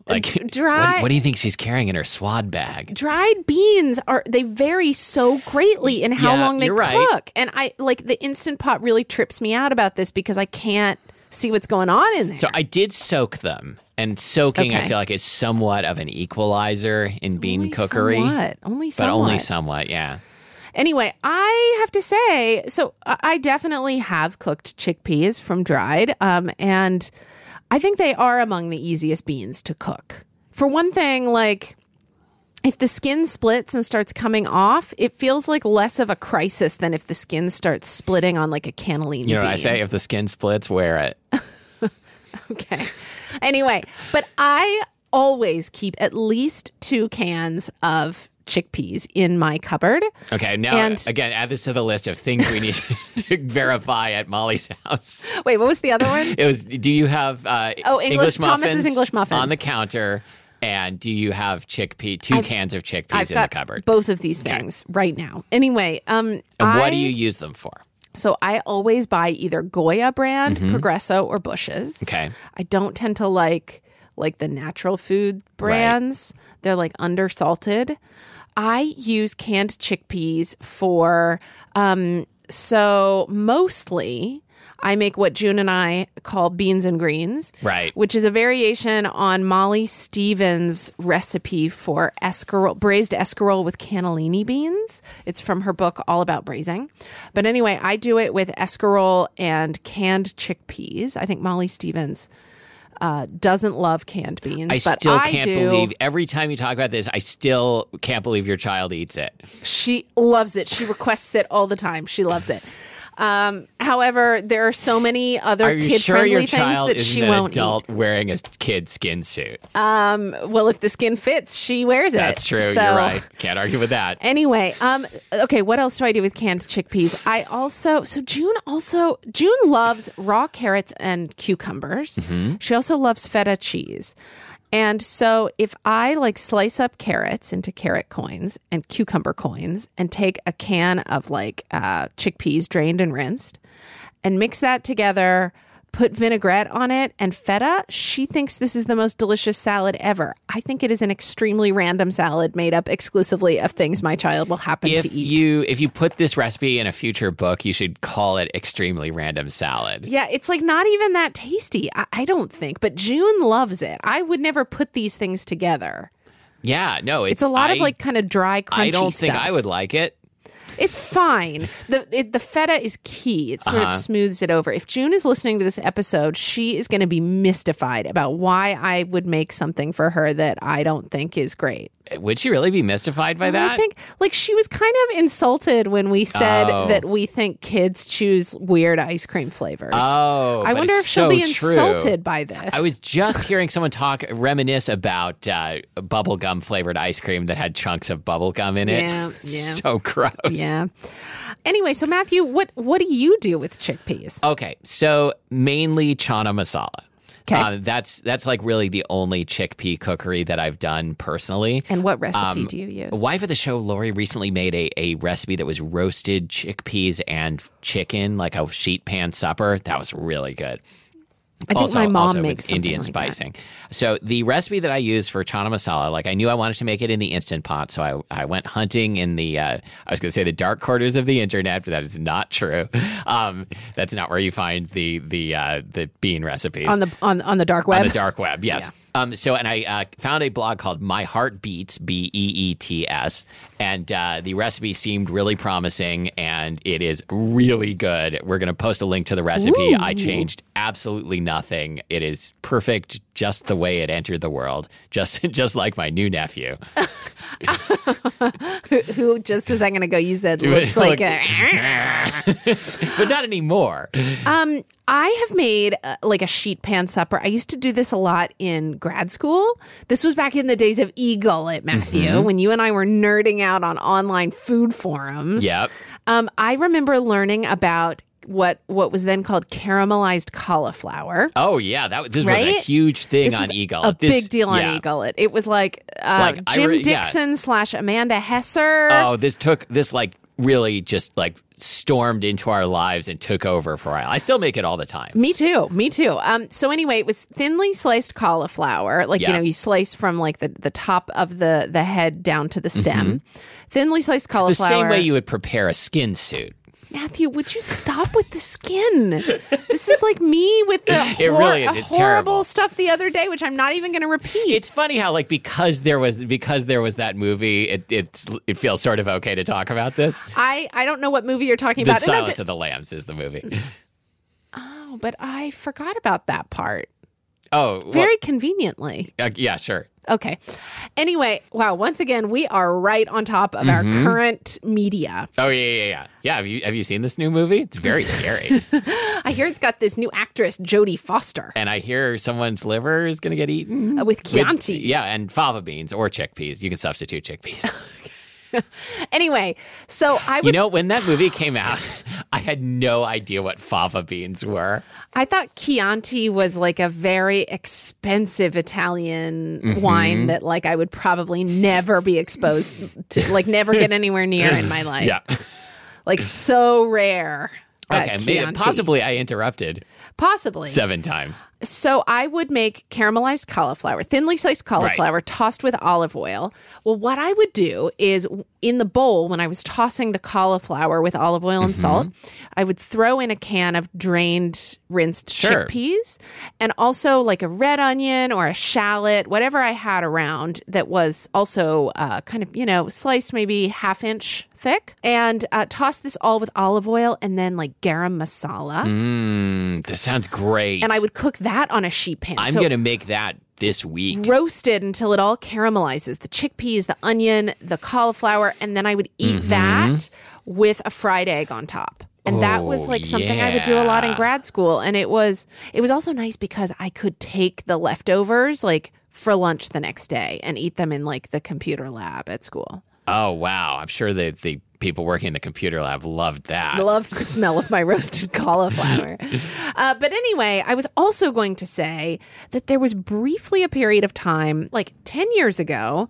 [SPEAKER 1] like
[SPEAKER 2] dry-
[SPEAKER 1] What, what do you think she's carrying in her swad bag?
[SPEAKER 2] dried beans are they vary so greatly in how
[SPEAKER 1] Yeah,
[SPEAKER 2] long they
[SPEAKER 1] you're
[SPEAKER 2] cook
[SPEAKER 1] right.
[SPEAKER 2] and i like the instant pot really trips me out about this because i can't see what's going on in there
[SPEAKER 1] So I did soak them, and soaking I
[SPEAKER 2] Okay.
[SPEAKER 1] feel like is somewhat of an equalizer in bean
[SPEAKER 2] Only
[SPEAKER 1] cookery,
[SPEAKER 2] somewhat, only
[SPEAKER 1] but
[SPEAKER 2] somewhat.
[SPEAKER 1] only somewhat. Yeah.
[SPEAKER 2] anyway i have to say so i I definitely have cooked chickpeas from dried um, and i think they are among the easiest beans to cook for one thing like if the skin splits and starts coming off, it feels like less of a crisis than if the skin starts splitting on like a cannellini.
[SPEAKER 1] You know what I
[SPEAKER 2] bean.
[SPEAKER 1] say? If the skin splits, wear it.
[SPEAKER 2] Okay. Anyway, but I always keep at least two cans of chickpeas in my cupboard.
[SPEAKER 1] Okay, now
[SPEAKER 2] And-
[SPEAKER 1] again, add this to the list of things we need to verify at Molly's house.
[SPEAKER 2] Wait, what was the other one?
[SPEAKER 1] It was. Do you have uh,
[SPEAKER 2] Oh, English- Thomas's English muffins.
[SPEAKER 1] on the counter? And do you have chickpea? 2 cans of chickpeas in the cupboard.
[SPEAKER 2] both of these things right now. Anyway, um,
[SPEAKER 1] and what
[SPEAKER 2] I-
[SPEAKER 1] do you use them for?
[SPEAKER 2] So I always buy either Goya brand,
[SPEAKER 1] Mm-hmm.
[SPEAKER 2] Progresso, or Bushes.
[SPEAKER 1] Okay.
[SPEAKER 2] I don't tend to like like the natural food brands. They're like undersalted. I use canned chickpeas for um so mostly I make what June and I call beans and greens.
[SPEAKER 1] Right.
[SPEAKER 2] Which is a variation on Molly Stevens' recipe for escarole, braised escarole with cannellini beans. It's from her book All About Braising. But anyway, I do it with escarole and canned chickpeas. I think Molly Stevens uh, doesn't love canned beans,
[SPEAKER 1] I
[SPEAKER 2] but
[SPEAKER 1] still
[SPEAKER 2] I
[SPEAKER 1] can't
[SPEAKER 2] do.
[SPEAKER 1] believe every time you talk about this, I still can't believe your child eats it.
[SPEAKER 2] She loves it. She requests it all the time. She loves it. Um, however, there are so many other
[SPEAKER 1] Are you sure
[SPEAKER 2] kid-friendly
[SPEAKER 1] your
[SPEAKER 2] things
[SPEAKER 1] child
[SPEAKER 2] that
[SPEAKER 1] isn't
[SPEAKER 2] she
[SPEAKER 1] an
[SPEAKER 2] won't Uh,
[SPEAKER 1] adult wearing a kid skin suit?
[SPEAKER 2] eat. Well, if the skin fits, she wears it.
[SPEAKER 1] That's true.
[SPEAKER 2] So-
[SPEAKER 1] You're right. Can't argue with that.
[SPEAKER 2] Anyway, um, okay, what else do I do with canned chickpeas? I also so June also June loves raw carrots and cucumbers. She also loves feta cheese. And so if I like slice up carrots into carrot coins and cucumber coins and take a can of like uh, chickpeas drained and rinsed and mix that together, put vinaigrette on it and feta, she thinks this is the most delicious salad ever. I think it is an extremely random salad made up exclusively of things my child will happen to
[SPEAKER 1] If
[SPEAKER 2] eat.
[SPEAKER 1] you if you put this recipe in a future book, you should call it extremely random salad.
[SPEAKER 2] yeah, it's like not even that tasty, I, I don't think, but June loves it. I would never put these things together.
[SPEAKER 1] Yeah, no, it's,
[SPEAKER 2] It's a lot of
[SPEAKER 1] I-
[SPEAKER 2] like kind of dry, crunchy
[SPEAKER 1] I don't
[SPEAKER 2] stuff.
[SPEAKER 1] think I would like it.
[SPEAKER 2] It's fine. The it, the feta is key. It
[SPEAKER 1] Uh-huh.
[SPEAKER 2] sort of smooths it over. If June is listening to this episode, she is going to be mystified about why I would make something for her that I don't think is great.
[SPEAKER 1] Would she really be mystified by that?
[SPEAKER 2] I think like she was kind of insulted when we said
[SPEAKER 1] Oh.
[SPEAKER 2] that we think kids choose weird ice cream flavors.
[SPEAKER 1] Oh,
[SPEAKER 2] I
[SPEAKER 1] but
[SPEAKER 2] wonder
[SPEAKER 1] it's
[SPEAKER 2] if she'll
[SPEAKER 1] so
[SPEAKER 2] be
[SPEAKER 1] true.
[SPEAKER 2] insulted by this.
[SPEAKER 1] I was just hearing someone talk reminisce about uh, bubblegum flavored ice cream that had chunks of bubblegum in it.
[SPEAKER 2] Yeah, yeah.
[SPEAKER 1] so gross.
[SPEAKER 2] yeah. Anyway, so Matthew, what what do you do with chickpeas?
[SPEAKER 1] Okay, so mainly chana masala.
[SPEAKER 2] 'Kay.
[SPEAKER 1] Um, that's that's like really the only chickpea cookery that I've done personally.
[SPEAKER 2] and what recipe
[SPEAKER 1] um,
[SPEAKER 2] do you use?
[SPEAKER 1] Wife of the show, Lori, recently made a, a recipe that was roasted chickpeas and chicken, like a sheet pan supper. That was really good.
[SPEAKER 2] I think
[SPEAKER 1] also,
[SPEAKER 2] my mom
[SPEAKER 1] also with
[SPEAKER 2] makes something
[SPEAKER 1] Indian
[SPEAKER 2] like that.
[SPEAKER 1] spicing. So the recipe that I use for chana masala, like I knew I wanted to make it in the instant pot, so I, I went hunting in the uh, I was going to say the dark corners of the internet, but that is not true. Um, that's not where you find the the uh, the bean recipes
[SPEAKER 2] on the on on the dark web.
[SPEAKER 1] on the dark web. Yes. Um, so, and I uh, found a blog called My Heart Beats, B E E T S, and uh, the recipe seemed really promising, and it is really good. We're going to post a link to the recipe. I changed absolutely nothing. It is perfect, just the way it entered the world, just just like my new nephew.
[SPEAKER 2] who, who just a second ago you said looks like a
[SPEAKER 1] but not anymore.
[SPEAKER 2] um i have made uh, like a sheet pan supper i used to do this a lot in grad school this was back in the days of eagle at matthew
[SPEAKER 1] Mm-hmm.
[SPEAKER 2] when you and i were nerding out on online food forums
[SPEAKER 1] Yep.
[SPEAKER 2] um i remember learning about what what was then called caramelized cauliflower
[SPEAKER 1] Oh yeah, that this was a
[SPEAKER 2] Right?
[SPEAKER 1] huge thing
[SPEAKER 2] This
[SPEAKER 1] on
[SPEAKER 2] was
[SPEAKER 1] Eagle.
[SPEAKER 2] a
[SPEAKER 1] Oh, This-
[SPEAKER 2] big deal on
[SPEAKER 1] yeah.
[SPEAKER 2] Eagle. It, it was like, uh,
[SPEAKER 1] Like, I
[SPEAKER 2] Jim
[SPEAKER 1] re- yeah.
[SPEAKER 2] Dixon slash Amanda Hesser.
[SPEAKER 1] Oh, this took this like really just like stormed into our lives and took over for a while. I still make it all the time.
[SPEAKER 2] Me too. Me too. Um, so anyway, it was thinly sliced cauliflower. Like, you
[SPEAKER 1] Yeah.
[SPEAKER 2] know, you slice from like the, the top of the, the head down to the stem. Thinly sliced
[SPEAKER 1] Mm-hmm. The
[SPEAKER 2] cauliflower.
[SPEAKER 1] same way you would prepare a skin suit.
[SPEAKER 2] Matthew, would you stop with the skin? this is like me with the
[SPEAKER 1] It
[SPEAKER 2] hor-
[SPEAKER 1] really is. It's
[SPEAKER 2] horrible
[SPEAKER 1] terrible.
[SPEAKER 2] stuff the other day, which I'm not even going to repeat.
[SPEAKER 1] It's funny how like because there was because there was that movie, it it's, it feels sort of okay to talk about this.
[SPEAKER 2] I, I don't know what movie you're talking
[SPEAKER 1] The
[SPEAKER 2] about. And that's-
[SPEAKER 1] Silence of the Lambs is the movie.
[SPEAKER 2] oh, but I forgot about that part
[SPEAKER 1] Oh, well,
[SPEAKER 2] very conveniently.
[SPEAKER 1] uh, yeah, sure.
[SPEAKER 2] Okay. Anyway, wow, once again, we are right on top of our
[SPEAKER 1] Mm-hmm.
[SPEAKER 2] current media.
[SPEAKER 1] Oh yeah, yeah, yeah. Yeah, have you have you seen this new movie? It's very scary.
[SPEAKER 2] I hear it's got this new actress, Jodie Foster,
[SPEAKER 1] and I hear someone's liver is going to get eaten.
[SPEAKER 2] uh, with
[SPEAKER 1] Mm. With-
[SPEAKER 2] Chianti.
[SPEAKER 1] yeah, and fava beans or chickpeas. You can substitute chickpeas.
[SPEAKER 2] anyway, so I would,
[SPEAKER 1] You know, when that movie came out, I had no idea what fava beans were.
[SPEAKER 2] I thought Chianti was like a very expensive Italian
[SPEAKER 1] Mm-hmm.
[SPEAKER 2] wine that like I would probably never be exposed to, like never get anywhere near in my life. Like so rare. that
[SPEAKER 1] Okay. Maybe,
[SPEAKER 2] Uh, Chianti.
[SPEAKER 1] possibly I interrupted
[SPEAKER 2] Possibly.
[SPEAKER 1] seven times.
[SPEAKER 2] So I would make caramelized cauliflower, thinly sliced cauliflower tossed with olive oil. Well, what I would do is in the bowl when I was tossing the cauliflower with olive oil and salt,
[SPEAKER 1] Mm-hmm.
[SPEAKER 2] I would throw in a can of drained rinsed
[SPEAKER 1] Sure.
[SPEAKER 2] chickpeas and also like a red onion or a shallot, whatever I had around that was also uh, kind of, you know, sliced maybe half inch thick and uh, toss this all with olive oil and then like garam masala.
[SPEAKER 1] Mm, this sounds great.
[SPEAKER 2] And I would cook that on a sheet pan.
[SPEAKER 1] I'm
[SPEAKER 2] So-
[SPEAKER 1] going to make that this week.
[SPEAKER 2] roasted until it all caramelizes the chickpeas, the onion, the cauliflower, and then I would eat that with a fried egg on top. And that was
[SPEAKER 1] Oh,
[SPEAKER 2] like something I would do a lot in grad school and it was it was also nice because I could take the leftovers like for lunch the next day and eat them in like the computer lab at school.
[SPEAKER 1] oh, wow. I'm sure the, the people working in the computer lab loved that.
[SPEAKER 2] I loved the smell of my roasted cauliflower. Uh, but anyway, I was also going to say that there was briefly a period of time, like 10 years ago,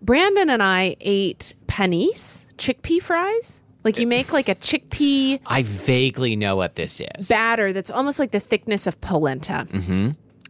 [SPEAKER 2] Brandon and I ate panis, chickpea fries. Like you make like a chickpea
[SPEAKER 1] I vaguely know what this is.
[SPEAKER 2] batter that's almost like the thickness of polenta.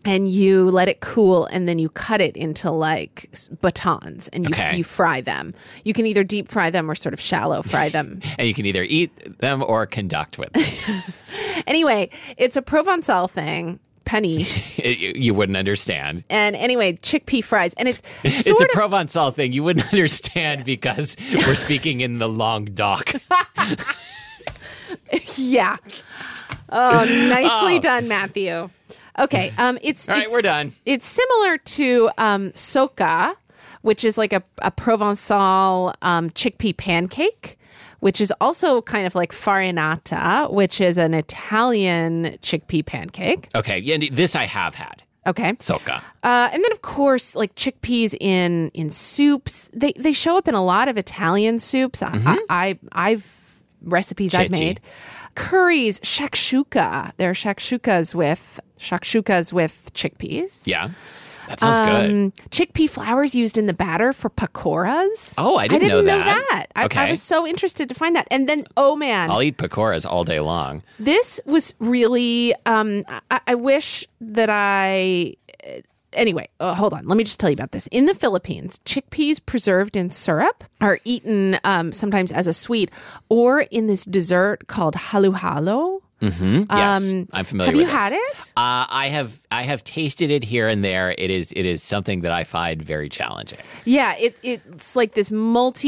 [SPEAKER 2] And you let it cool, and then you cut it into like s- batons, and you,
[SPEAKER 1] Okay.
[SPEAKER 2] you fry them. You can either deep fry them or sort of shallow fry them.
[SPEAKER 1] and you can either eat them or conduct with them.
[SPEAKER 2] anyway, it's a Provençal thing, panis.
[SPEAKER 1] you, you wouldn't understand.
[SPEAKER 2] and anyway, chickpea fries, and it's
[SPEAKER 1] It's
[SPEAKER 2] sort
[SPEAKER 1] a Provençal thing. You wouldn't understand because we're speaking in the long dock.
[SPEAKER 2] of yeah. Oh, nicely done, Matthew. Okay, um, it's
[SPEAKER 1] All right,
[SPEAKER 2] it's-
[SPEAKER 1] we're done.
[SPEAKER 2] It's similar to um, soca, which is like a, a Provençal um, chickpea pancake. Which is also kind of like farinata, which is an Italian chickpea pancake.
[SPEAKER 1] Okay, yeah, this I have had.
[SPEAKER 2] Okay.
[SPEAKER 1] Soka.
[SPEAKER 2] Uh, and then, of course, like chickpeas in in soups, they they show up in a lot of Italian soups.
[SPEAKER 1] Mm-hmm.
[SPEAKER 2] I, I I've recipes I've
[SPEAKER 1] Chichi.
[SPEAKER 2] made curries, shakshuka. There are shakshukas with shakshukas with chickpeas.
[SPEAKER 1] Yeah, that sounds good.
[SPEAKER 2] Um, chickpea flours used in the batter for pakoras.
[SPEAKER 1] Oh, I didn't
[SPEAKER 2] I didn't
[SPEAKER 1] know
[SPEAKER 2] know
[SPEAKER 1] that.
[SPEAKER 2] that. I, I
[SPEAKER 1] Okay.
[SPEAKER 2] was so interested to find that. And then, oh man,
[SPEAKER 1] I'll eat pakoras all day long.
[SPEAKER 2] this was really um i, I wish that i anyway uh, hold on let me just tell you about this in the philippines chickpeas preserved in syrup are eaten um, sometimes as a sweet or in this dessert called halu halo
[SPEAKER 1] Hmm? Yes,
[SPEAKER 2] Um,
[SPEAKER 1] I'm familiar.
[SPEAKER 2] have you
[SPEAKER 1] with
[SPEAKER 2] had
[SPEAKER 1] this.
[SPEAKER 2] it
[SPEAKER 1] Uh, I have. I have tasted it here and there. It is. It is something that I find very challenging.
[SPEAKER 2] yeah it, it's like this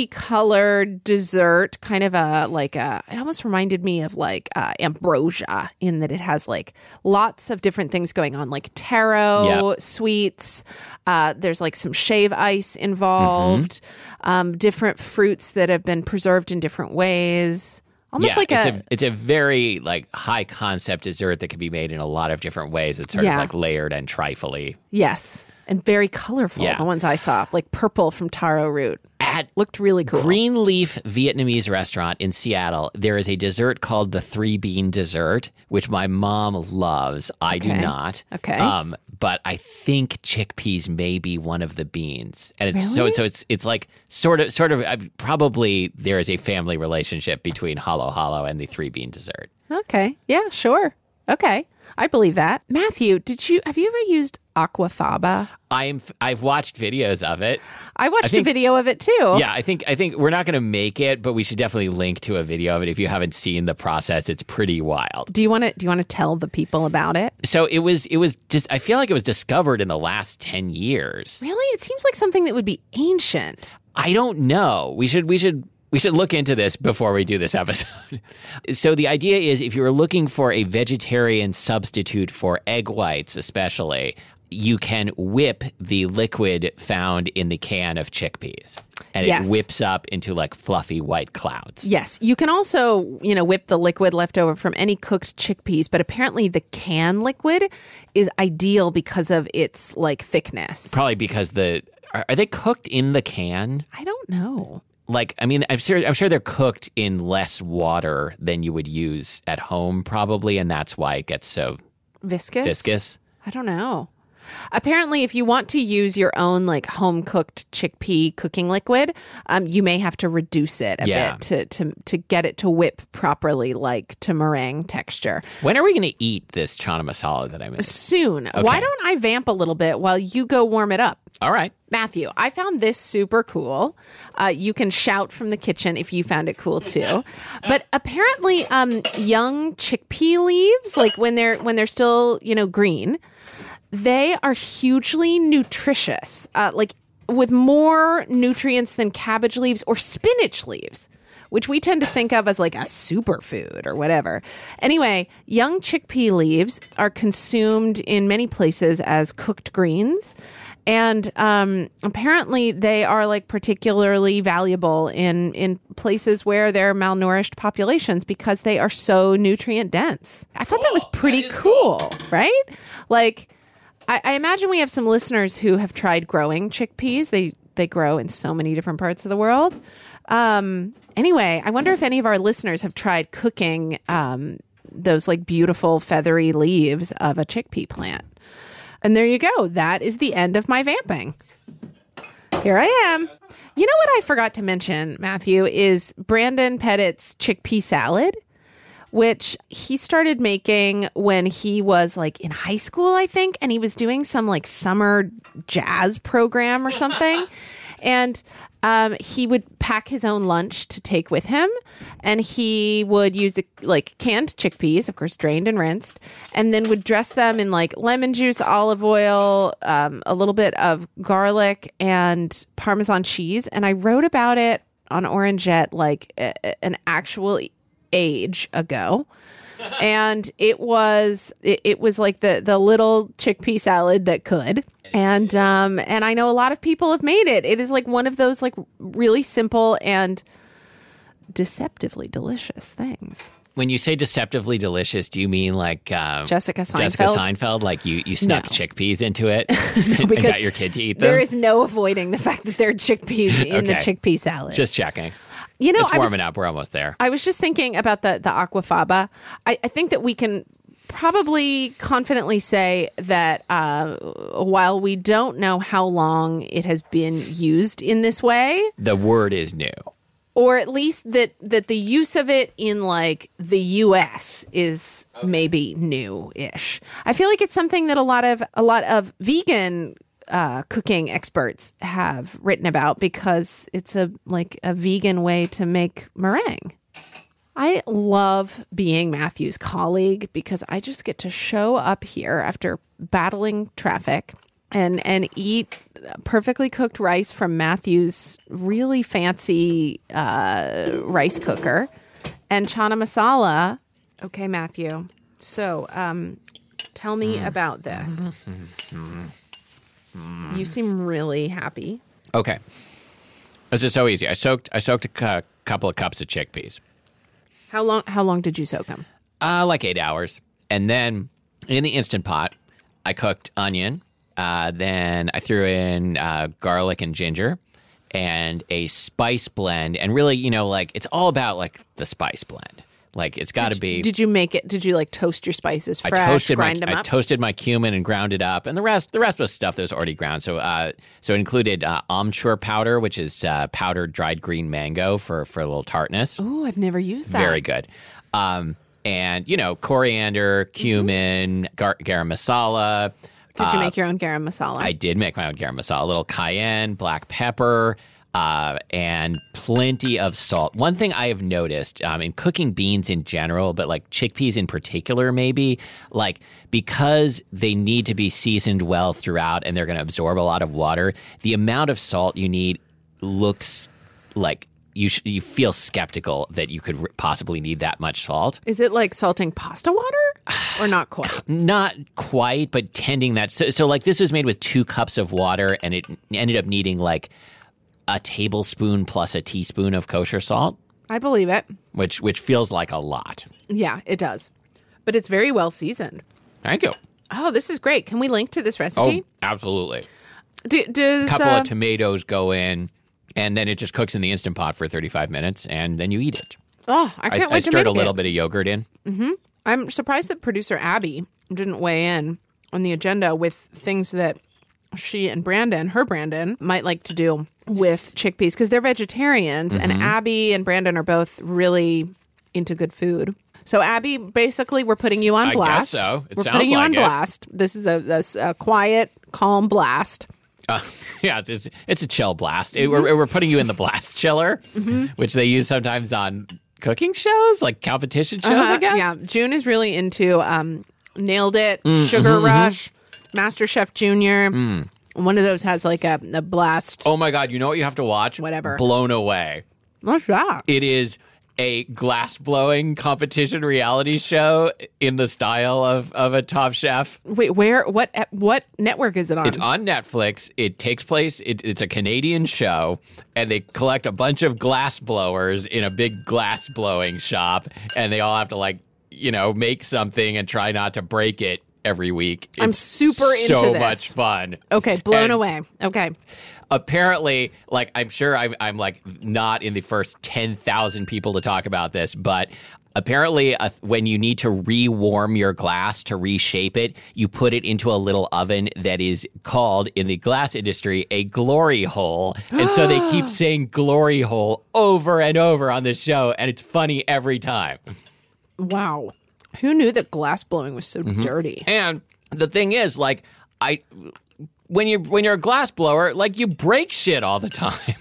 [SPEAKER 2] multicolored dessert kind of a like a it almost reminded me of like uh, ambrosia in that it has like lots of different things going on like taro
[SPEAKER 1] Yep.
[SPEAKER 2] sweets uh, there's like some shave ice involved
[SPEAKER 1] Mm-hmm.
[SPEAKER 2] um, different fruits that have been preserved in different ways almost
[SPEAKER 1] yeah,
[SPEAKER 2] like
[SPEAKER 1] it's
[SPEAKER 2] a,
[SPEAKER 1] a, It's a very like high concept dessert that can be made in a lot of different ways. It's sort
[SPEAKER 2] Yeah.
[SPEAKER 1] of like layered and trifly.
[SPEAKER 2] yes and very colorful
[SPEAKER 1] Yeah.
[SPEAKER 2] the ones i saw like purple from taro root
[SPEAKER 1] At
[SPEAKER 2] looked really cool
[SPEAKER 1] Greenleaf Vietnamese restaurant in Seattle, there is a dessert called the three bean dessert, which my mom loves. I do
[SPEAKER 2] Okay.
[SPEAKER 1] not.
[SPEAKER 2] Okay.
[SPEAKER 1] Um, but I think chickpeas may be one of the beans, and it's so
[SPEAKER 2] Really?
[SPEAKER 1] so it's it's like sort of sort of uh, probably there is a family relationship between hollow hollow and the three bean dessert.
[SPEAKER 2] Okay. Yeah, sure. Okay. I believe that. Matthew, did you have you ever used aquafaba?
[SPEAKER 1] I'm f- I've watched videos of it.
[SPEAKER 2] I watched
[SPEAKER 1] think-
[SPEAKER 2] a video of it too.
[SPEAKER 1] Yeah, I think I think we're not going to make it, but we should definitely link to a video of it if you haven't seen the process. It's pretty wild.
[SPEAKER 2] Do you want to do you want to tell the people about it?
[SPEAKER 1] So it was it was just I feel like it was discovered in the last 10 years.
[SPEAKER 2] Really? It seems like something that would be ancient.
[SPEAKER 1] I don't know. We should we should we should look into this before we do this episode. so the idea is if you're looking for a vegetarian substitute for egg whites especially, you can whip the liquid found in the can of chickpeas. And
[SPEAKER 2] Yes.
[SPEAKER 1] it whips up into like fluffy white clouds.
[SPEAKER 2] Yes. You can also, you know, whip the liquid left over from any cooked chickpeas, but apparently the can liquid is ideal because of its like thickness.
[SPEAKER 1] Probably because the are, are they cooked in the can?
[SPEAKER 2] I don't know.
[SPEAKER 1] like I mean, I'm sure I'm sure they're cooked in less water than you would use at home, probably, and that's why it gets so
[SPEAKER 2] Viscous?
[SPEAKER 1] viscous.
[SPEAKER 2] I don't know. Apparently, if you want to use your own like home cooked chickpea cooking liquid, um, you may have to reduce it a
[SPEAKER 1] Yeah.
[SPEAKER 2] bit to, to to get it to whip properly, like to meringue texture.
[SPEAKER 1] When are we going to eat this chana masala that I missed?
[SPEAKER 2] Soon, why don't I vamp a little bit while you go warm it up?
[SPEAKER 1] All right,
[SPEAKER 2] Matthew, I found this super cool. Uh, you can shout from the kitchen if you found it cool too. But apparently, um, young chickpea leaves, like when they're when they're still you know green, they are hugely nutritious. Uh, like with more nutrients than cabbage leaves or spinach leaves. Which we tend to think of as like a superfood or whatever. Anyway, young chickpea leaves are consumed in many places as cooked greens and um, apparently they are like particularly valuable in in places where there are malnourished populations because they are so nutrient dense. I thought Oh, that was pretty cool, right? Like, I, I imagine we have some listeners who have tried growing chickpeas. They they grow in so many different parts of the world. Um, anyway, I wonder if any of our listeners have tried cooking um, those like beautiful feathery leaves of a chickpea plant. And there you go. That is the end of my vamping. Here I am. You know what I forgot to mention, Matthew, is Brandon Pettit's chickpea salad, which he started making when he was like in high school, I think, and he was doing some like summer jazz program or something. and um, he would pack his own lunch to take with him, and he would use like canned chickpeas, of course, drained and rinsed, and then would dress them in like lemon juice, olive oil, um, a little bit of garlic, and Parmesan cheese. And I wrote about it on Orangette like a- a- an actual age ago. and it was it, it was like the the little chickpea salad that could and um and i know a lot of people have made it it is like one of those like really simple and deceptively delicious things
[SPEAKER 1] when you say deceptively delicious, do you mean like um,
[SPEAKER 2] Jessica Seinfeld.
[SPEAKER 1] Jessica Seinfeld, like you you snuck
[SPEAKER 2] No.
[SPEAKER 1] chickpeas into it and
[SPEAKER 2] because
[SPEAKER 1] got your kid to eat them.
[SPEAKER 2] there is no avoiding the fact that there are chickpeas in the
[SPEAKER 1] Okay.
[SPEAKER 2] chickpea salad
[SPEAKER 1] Just checking.
[SPEAKER 2] you know
[SPEAKER 1] it's
[SPEAKER 2] I was-
[SPEAKER 1] warming up. We're almost there.
[SPEAKER 2] I was just thinking about the the aquafaba. I, I think that we can probably confidently say that uh, while we don't know how long it has been used in this way,
[SPEAKER 1] the word is new.
[SPEAKER 2] or at least that that the use of it in like the US is maybe new-ish. I feel like it's something that a lot of a lot of vegan uh, cooking experts have written about because it's a like a vegan way to make meringue. I love being Matthew's colleague because I just get to show up here after battling traffic and and eat perfectly cooked rice from Matthew's really fancy uh, rice cooker and chana masala. Okay, Matthew. So, um, tell me
[SPEAKER 1] Mm.
[SPEAKER 2] about this.
[SPEAKER 1] Mm-hmm.
[SPEAKER 2] Mm-hmm. You seem really happy.
[SPEAKER 1] Okay. This is so easy. I soaked I soaked a cu- couple of cups of chickpeas,
[SPEAKER 2] How long? How long did you soak them?
[SPEAKER 1] uh, like eight hours, and then in the instant pot, I cooked onion. Uh, then I threw in uh, garlic and ginger, and a spice blend. And really, you know, like it's all about like the spice blend. Like it's got to be.
[SPEAKER 2] Did you make it? Did you like toast your spices fresh?
[SPEAKER 1] I toasted
[SPEAKER 2] grind
[SPEAKER 1] my
[SPEAKER 2] them
[SPEAKER 1] I
[SPEAKER 2] up.
[SPEAKER 1] toasted my cumin and ground it up, and the rest the rest was stuff that was already ground. So uh, so it included uh, amchur powder, which is uh, powdered dried green mango for for a little tartness.
[SPEAKER 2] Ooh, I've never used that.
[SPEAKER 1] Very good. Um, and you know coriander, cumin, gar- garam masala.
[SPEAKER 2] Did you make your own garam masala?
[SPEAKER 1] uh, I did make my own garam masala, a little cayenne, black pepper, uh, and plenty of salt. One thing I have noticed um, in cooking beans in general, but like chickpeas in particular, maybe, like because they need to be seasoned well throughout and they're going to absorb a lot of water, the amount of salt you need looks like you, sh- you feel skeptical that you could r- possibly need that much salt.
[SPEAKER 2] Is it like salting pasta water or not quite?
[SPEAKER 1] not quite, but tending that. So, so like this was made with two cups of water, and it ended up needing like a tablespoon plus a teaspoon of kosher salt,
[SPEAKER 2] I believe it.
[SPEAKER 1] which which feels like a lot.
[SPEAKER 2] Yeah, it does. But it's very well seasoned.
[SPEAKER 1] Thank you.
[SPEAKER 2] Oh, this is great. Can we link to this
[SPEAKER 1] Oh,
[SPEAKER 2] recipe?
[SPEAKER 1] absolutely.
[SPEAKER 2] Do, does
[SPEAKER 1] Oh. Couple
[SPEAKER 2] uh,
[SPEAKER 1] of tomatoes go in. and then it just cooks in the instant pot for 35 minutes, and then you eat it.
[SPEAKER 2] Oh, I
[SPEAKER 1] I,
[SPEAKER 2] can't
[SPEAKER 1] I
[SPEAKER 2] wait to
[SPEAKER 1] stirred
[SPEAKER 2] make
[SPEAKER 1] a little
[SPEAKER 2] it.
[SPEAKER 1] bit of yogurt in.
[SPEAKER 2] I'm surprised that producer Abby didn't weigh in on the agenda with things that she and Brandon, her Brandon, might like to do with chickpeas because they're vegetarians
[SPEAKER 1] Mm-hmm.
[SPEAKER 2] and Abby and Brandon are both really into good food. So Abby, basically, we're putting you on
[SPEAKER 1] guess
[SPEAKER 2] blast.
[SPEAKER 1] so. It
[SPEAKER 2] we're
[SPEAKER 1] sounds
[SPEAKER 2] putting you
[SPEAKER 1] like
[SPEAKER 2] on
[SPEAKER 1] it.
[SPEAKER 2] blast. This is a, this, a quiet, calm blast.
[SPEAKER 1] Uh, yeah, it's, it's it's a chill blast. It- we're, we're putting you in the blast chiller,
[SPEAKER 2] Mm-hmm.
[SPEAKER 1] which they use sometimes on cooking shows, like competition shows.
[SPEAKER 2] Uh-huh.
[SPEAKER 1] I guess.
[SPEAKER 2] Yeah, June is really into um, Nailed It,
[SPEAKER 1] Mm, mm-hmm,
[SPEAKER 2] Sugar Rush, Master Chef Junior. One of those has like a, a blast.
[SPEAKER 1] Oh my god! You know what you have to watch?
[SPEAKER 2] Whatever.
[SPEAKER 1] Blown away.
[SPEAKER 2] What's that?
[SPEAKER 1] It is a glass blowing competition reality show in the style of of a Top Chef.
[SPEAKER 2] Wait, where? What? at- What network is it on?
[SPEAKER 1] It's on Netflix. It takes place. It, it's a Canadian show, and they collect a bunch of glass blowers in a big glass blowing shop, and they all have to like you know make something and try not to break it every week.
[SPEAKER 2] I'm
[SPEAKER 1] It's
[SPEAKER 2] super into
[SPEAKER 1] so
[SPEAKER 2] this.
[SPEAKER 1] much fun.
[SPEAKER 2] okay, blown
[SPEAKER 1] and-
[SPEAKER 2] away. Okay,
[SPEAKER 1] Apparently, like I'm sure I'm, I'm like not in the first ten thousand people to talk about this, but. Apparently, uh, when you need to rewarm your glass to reshape it, you put it into a little oven that is called in the glass industry a glory hole. And so they keep saying glory hole over and over on the show, and it's funny every time.
[SPEAKER 2] wow. Who knew that glass blowing was so
[SPEAKER 1] Mm-hmm.
[SPEAKER 2] dirty?
[SPEAKER 1] And the thing is, like, I when you when you're a glass blower, like you break shit all the time.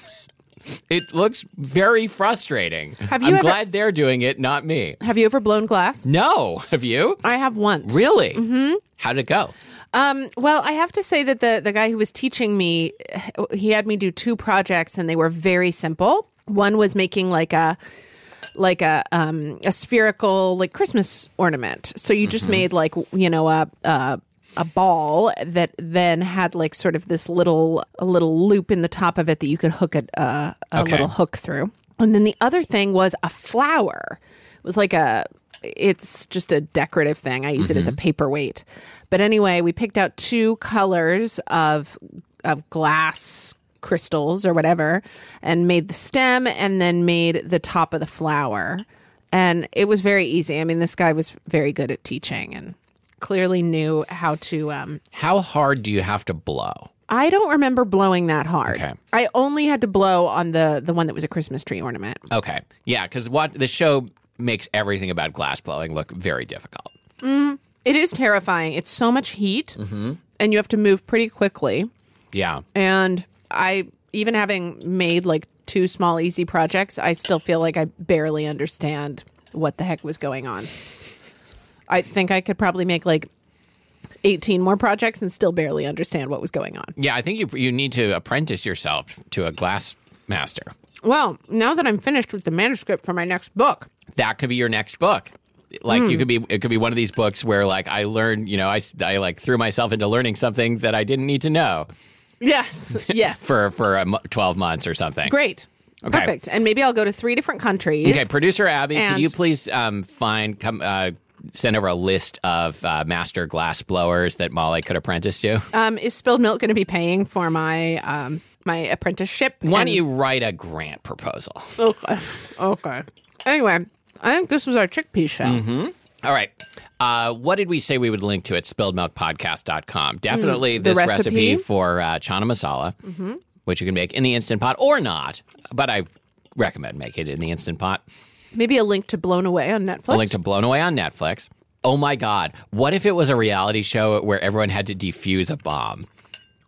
[SPEAKER 1] it looks very frustrating.
[SPEAKER 2] Have you
[SPEAKER 1] I'm
[SPEAKER 2] ever-
[SPEAKER 1] glad they're doing it, not me.
[SPEAKER 2] Have you ever blown glass?
[SPEAKER 1] No, have you?
[SPEAKER 2] I have once.
[SPEAKER 1] Really? Mm-hmm. How'd it go?
[SPEAKER 2] Um, well, I have to say that the the guy who was teaching me, he had me do two projects, and they were very simple. One was making like a like a um, a spherical like Christmas ornament. So you just made like you know a. a a ball that then had like sort of this little a little loop in the top of it that you could hook a, a, a
[SPEAKER 1] Okay.
[SPEAKER 2] little hook through. And then the other thing was a flower. It was like a it's just a decorative thing. I use it as a paperweight. But anyway, we picked out two colors of of glass crystals or whatever and made the stem and then made the top of the flower. And it was very easy. I mean, this guy was very good at teaching and clearly knew how to um,
[SPEAKER 1] How hard do you have to blow?
[SPEAKER 2] I don't remember blowing that hard.
[SPEAKER 1] Okay.
[SPEAKER 2] I only had to blow on the the one that was a Christmas tree ornament.
[SPEAKER 1] Okay, yeah, because what the show makes everything about glass blowing look very difficult.
[SPEAKER 2] It is terrifying. It's so much heat,
[SPEAKER 1] Mm-hmm.
[SPEAKER 2] and you have to move pretty quickly.
[SPEAKER 1] Yeah,
[SPEAKER 2] And I, even having made like two small easy projects, I still feel like I barely understand what the heck was going on. I think I could probably make like eighteen more projects and still barely understand what was going on.
[SPEAKER 1] yeah. I think you you need to apprentice yourself to a glass master.
[SPEAKER 2] Well, now that I'm finished with the manuscript for my next book,
[SPEAKER 1] that could be your next book. Like
[SPEAKER 2] Hmm.
[SPEAKER 1] you could be, it could be one of these books where like I learned, you know, I, s- I, like threw myself into learning something that I didn't need to know
[SPEAKER 2] yes, yes,
[SPEAKER 1] for for a mo- twelve months or something.
[SPEAKER 2] Great. Perfect. And maybe I'll go to three different countries.
[SPEAKER 1] Okay, producer Abby,
[SPEAKER 2] And-
[SPEAKER 1] could you please um, find come uh, send over a list of uh, master glass blowers that Molly could apprentice to?
[SPEAKER 2] Um, is Spilled Milk going to be paying for my um, my apprenticeship?
[SPEAKER 1] Why
[SPEAKER 2] And-
[SPEAKER 1] don't you write a grant proposal?
[SPEAKER 2] Okay. okay. Anyway, I think this was our chickpea show.
[SPEAKER 1] Mm-hmm. All right. Uh, what did we say we would link to at spilledmilkpodcast.com? Definitely
[SPEAKER 2] the
[SPEAKER 1] this recipe,
[SPEAKER 2] recipe.
[SPEAKER 1] for uh, chana masala, which you can make in the Instant Pot or not, but I recommend making it in the Instant Pot.
[SPEAKER 2] Maybe a link to Blown Away on Netflix.
[SPEAKER 1] A link to Blown Away on Netflix. Oh my God. What if it was a reality show where everyone had to defuse a bomb?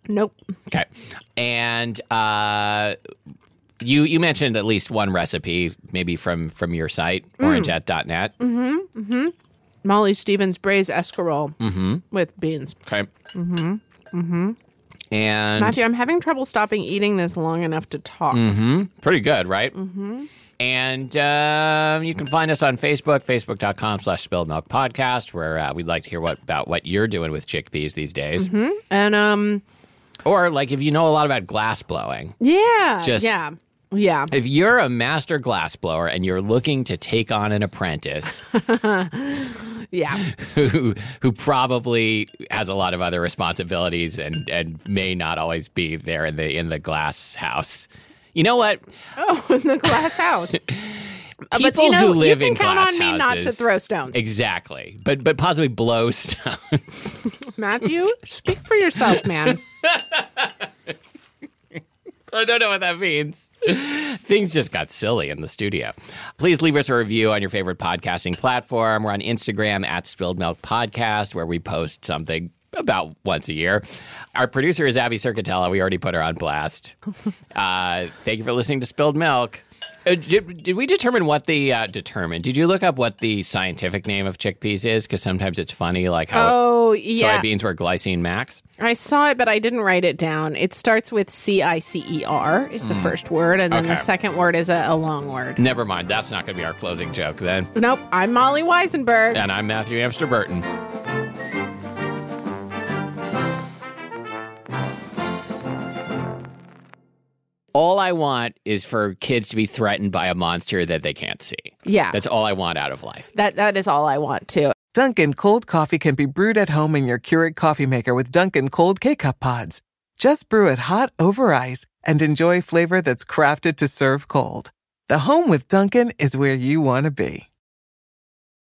[SPEAKER 2] nope.
[SPEAKER 1] Okay. And uh, you you mentioned at least one recipe, maybe from from your site, orangeette.net.
[SPEAKER 2] Molly Stevens braised escarole
[SPEAKER 1] Mm-hmm.
[SPEAKER 2] with beans.
[SPEAKER 1] Okay. Mm-hmm. Mm-hmm. And
[SPEAKER 2] Matthew, I'm having trouble stopping eating this long enough to talk.
[SPEAKER 1] Mm. pretty good, right? Mm-hmm. And um, you can find us on Facebook, facebook.com slash spilled milk podcast, where uh, we'd like to hear what about what you're doing with chickpeas these days.
[SPEAKER 2] And um,
[SPEAKER 1] Or like if you know a lot about glass blowing.
[SPEAKER 2] yeah,
[SPEAKER 1] Just-
[SPEAKER 2] yeah, yeah.
[SPEAKER 1] If you're a master glass blower and you're looking to take on an apprentice
[SPEAKER 2] Yeah.
[SPEAKER 1] who who probably has a lot of other responsibilities and, and may not always be there in the in the glass house, You know what?
[SPEAKER 2] Oh, in the glass house. People
[SPEAKER 1] People who live
[SPEAKER 2] you can
[SPEAKER 1] in
[SPEAKER 2] count
[SPEAKER 1] glass
[SPEAKER 2] on me not to
[SPEAKER 1] houses-
[SPEAKER 2] throw stones.
[SPEAKER 1] Exactly, but but possibly blow stones.
[SPEAKER 2] Matthew, speak for yourself, man.
[SPEAKER 1] I don't know what that means. Things just got silly in the studio. Please leave us a review on your favorite podcasting platform. We're on Instagram at Spilled Milk Podcast, where we post something about once a year. Our producer is Abby Circatella. We already put her on blast. Uh, thank you for listening to Spilled Milk. Uh, did, did we determine what the uh, determine? Did you look up what the scientific name of chickpeas is? Because sometimes it's funny, like how
[SPEAKER 2] Oh, yeah.
[SPEAKER 1] soybeans were glycine max.
[SPEAKER 2] I saw it, but I didn't write it down. It starts with C I C E R is the first word, and then the
[SPEAKER 1] Okay.
[SPEAKER 2] second word is a, a long word.
[SPEAKER 1] Never mind. That's not going to be our closing joke then.
[SPEAKER 2] Nope. I'm Molly Weisenberg.
[SPEAKER 1] And I'm Matthew Amster Burton. All I want is for kids to be threatened by a monster that they can't see.
[SPEAKER 2] Yeah.
[SPEAKER 1] That's all I want out of life.
[SPEAKER 2] that that is all I want too.
[SPEAKER 3] Dunkin' cold coffee can be brewed at home in your Keurig coffee maker with Dunkin' cold K-cup pods. Just brew it hot over ice and enjoy flavor that's crafted to serve cold. The home with Dunkin' is where you want to be.